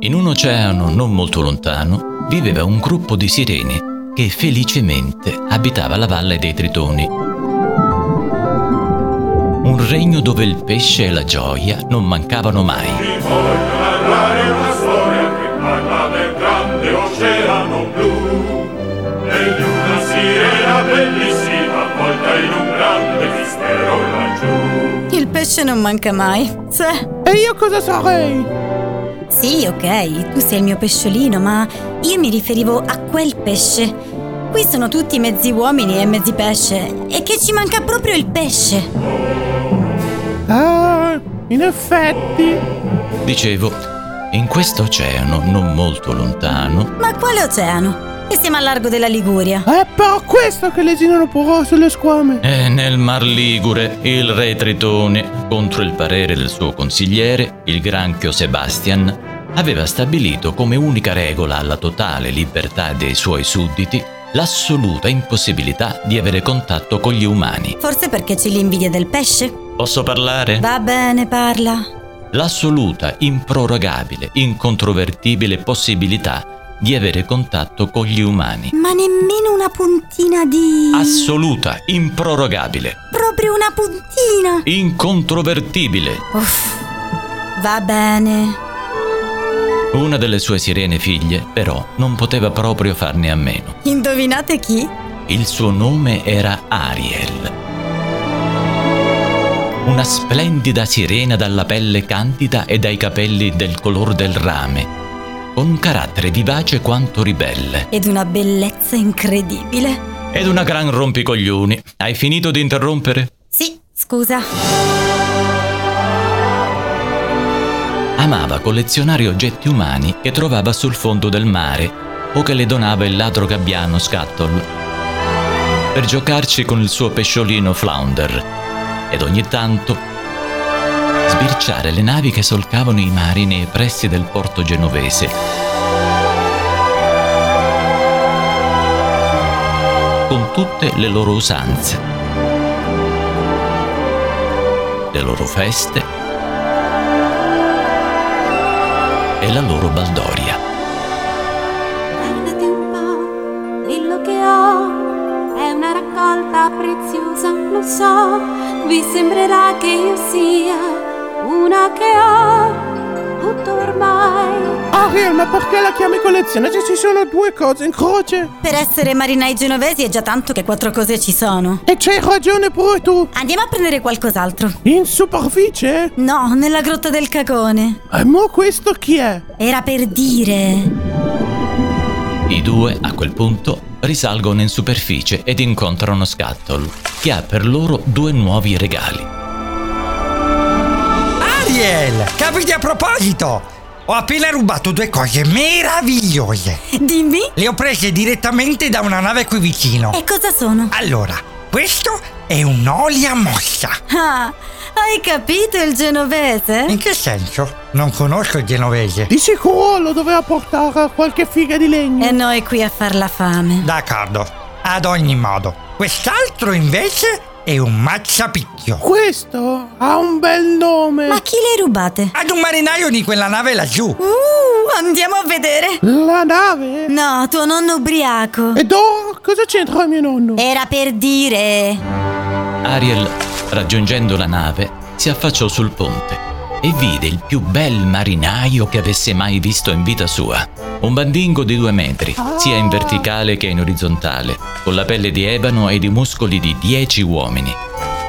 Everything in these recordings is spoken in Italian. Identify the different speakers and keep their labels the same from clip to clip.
Speaker 1: In un oceano non molto lontano viveva un gruppo di sirene che felicemente abitava la valle dei Tritoni. Un regno dove il pesce e la gioia non mancavano mai.
Speaker 2: Vi voglio narrare una storia che parla del grande oceano blu e di una sirena bellissima avvolta in un grande mistero laggiù.
Speaker 3: Il pesce non manca mai. Sì.
Speaker 4: E io cosa sarei?
Speaker 3: Sì, ok, tu sei il mio pesciolino, ma io mi riferivo a quel pesce. Qui sono tutti mezzi uomini e mezzi pesce. E che ci manca proprio il pesce.
Speaker 4: Ah, in effetti.
Speaker 1: Dicevo, in questo oceano non molto lontano,
Speaker 3: Ma quale oceano? E siamo al largo della Liguria.
Speaker 4: È per Eh, questo che lesinano poco sulle squame.
Speaker 1: e nel Mar Ligure, il re Tritone, contro il parere del suo consigliere, il granchio Sebastian, aveva stabilito come unica regola alla totale libertà dei suoi sudditi l'assoluta impossibilità di avere contatto con gli umani.
Speaker 3: Forse perché c'è l'invidia del pesce?
Speaker 1: Posso parlare?
Speaker 3: Va bene, parla.
Speaker 1: l'assoluta, improrogabile, incontrovertibile possibilità di avere contatto con gli umani.
Speaker 3: Ma nemmeno una puntina di...
Speaker 1: Assoluta, improrogabile,
Speaker 3: Proprio una puntina.
Speaker 1: incontrovertibile.
Speaker 3: Uff. Va bene.
Speaker 1: Una delle sue sirene figlie, però, non poteva proprio farne a meno.
Speaker 3: Indovinate chi?
Speaker 1: Il suo nome era Ariel. Una splendida sirena dalla pelle candida e dai capelli del color del rame, con un carattere vivace quanto ribelle.
Speaker 3: Ed una bellezza incredibile.
Speaker 1: Ed una gran rompicoglioni. Hai finito di interrompere?
Speaker 3: Sì, scusa.
Speaker 1: Amava collezionare oggetti umani che trovava sul fondo del mare o che le donava il ladro gabbiano Scatol per giocarci con il suo pesciolino Flounder ed ogni tanto sbirciare le navi che solcavano i mari nei pressi del porto genovese. con tutte le loro usanze, le loro feste e la loro baldoria.
Speaker 5: Guardati un po', quello che ho è una raccolta preziosa, lo so. Vi sembrerà che io sia una che ho tutto ormai.
Speaker 4: Ariel, ma perché la chiami collezione se ci sono due cose in croce?
Speaker 3: Per essere marinai genovesi è già tanto che quattro cose ci sono.
Speaker 4: E c'hai ragione pure tu.
Speaker 3: Andiamo a prendere qualcos'altro.
Speaker 4: In superficie?
Speaker 3: No, nella grotta del cacone.
Speaker 4: E mo questo chi è?
Speaker 3: Era per dire.
Speaker 1: I due, a quel punto, risalgono in superficie ed incontrano Scatol, che ha per loro due nuovi regali.
Speaker 6: Ariel, capiti a proposito! Ho appena rubato due cose meravigliose.
Speaker 3: Dimmi.
Speaker 6: Le ho prese direttamente da una nave qui vicino.
Speaker 3: E cosa sono?
Speaker 6: Allora, questo è un'olia mossa.
Speaker 3: Ah, hai capito il genovese?
Speaker 6: In che senso? Non conosco il genovese.
Speaker 4: Di sicuro lo doveva portare a qualche figa di legno.
Speaker 3: E noi qui a far la fame.
Speaker 6: D'accordo, ad ogni modo. Quest'altro invece è un mazzapicchio.
Speaker 4: Questo ha un bel nome.
Speaker 3: Ma chi le hai rubate?
Speaker 6: Ad un marinaio di quella nave laggiù.
Speaker 3: Uh, andiamo a vedere.
Speaker 4: La nave?
Speaker 3: No, tuo nonno ubriaco.
Speaker 4: Ed ora cosa c'entra mio nonno?
Speaker 3: Era per dire.
Speaker 1: Ariel, raggiungendo la nave, si affacciò sul ponte e vide il più bel marinaio che avesse mai visto in vita sua. Un bandingo di due metri, sia in verticale che in orizzontale, con la pelle di ebano ed i muscoli di dieci uomini.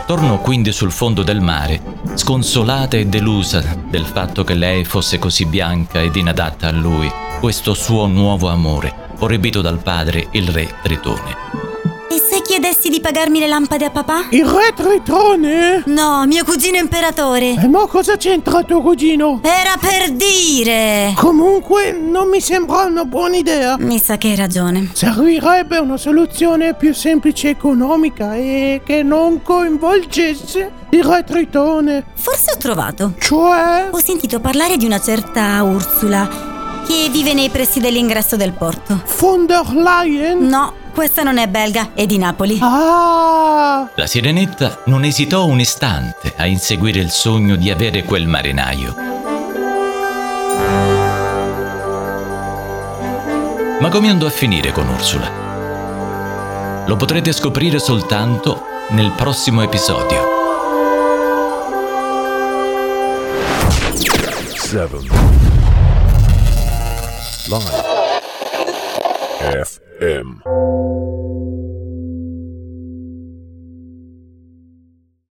Speaker 1: Tornò quindi sul fondo del mare, sconsolata e delusa del fatto che lei fosse così bianca ed inadatta a lui, questo suo nuovo amore, proibito dal padre, il re Tritone.
Speaker 3: E se chiedessi di pagarmi le lampade a papà?
Speaker 4: Il re Tritone?
Speaker 3: No, mio cugino imperatore.
Speaker 4: E mo cosa c'entra tuo cugino?
Speaker 3: Era per dire.
Speaker 4: Comunque non mi sembra una buona idea.
Speaker 3: Mi sa che hai ragione.
Speaker 4: Servirebbe una soluzione più semplice e economica e che non coinvolgesse il re Tritone.
Speaker 3: Forse ho trovato.
Speaker 4: Cioè...
Speaker 3: Ho sentito parlare di una certa Ursula che vive nei pressi dell'ingresso del porto.
Speaker 4: von der Leyen?
Speaker 3: No, questa non è belga, è di Napoli.
Speaker 4: Ah!
Speaker 1: La sirenetta non esitò un istante a inseguire il sogno di avere quel marinaio. Ma come andò a finire con Ursula? Lo potrete scoprire soltanto nel prossimo episodio.
Speaker 7: seven. Live. FM.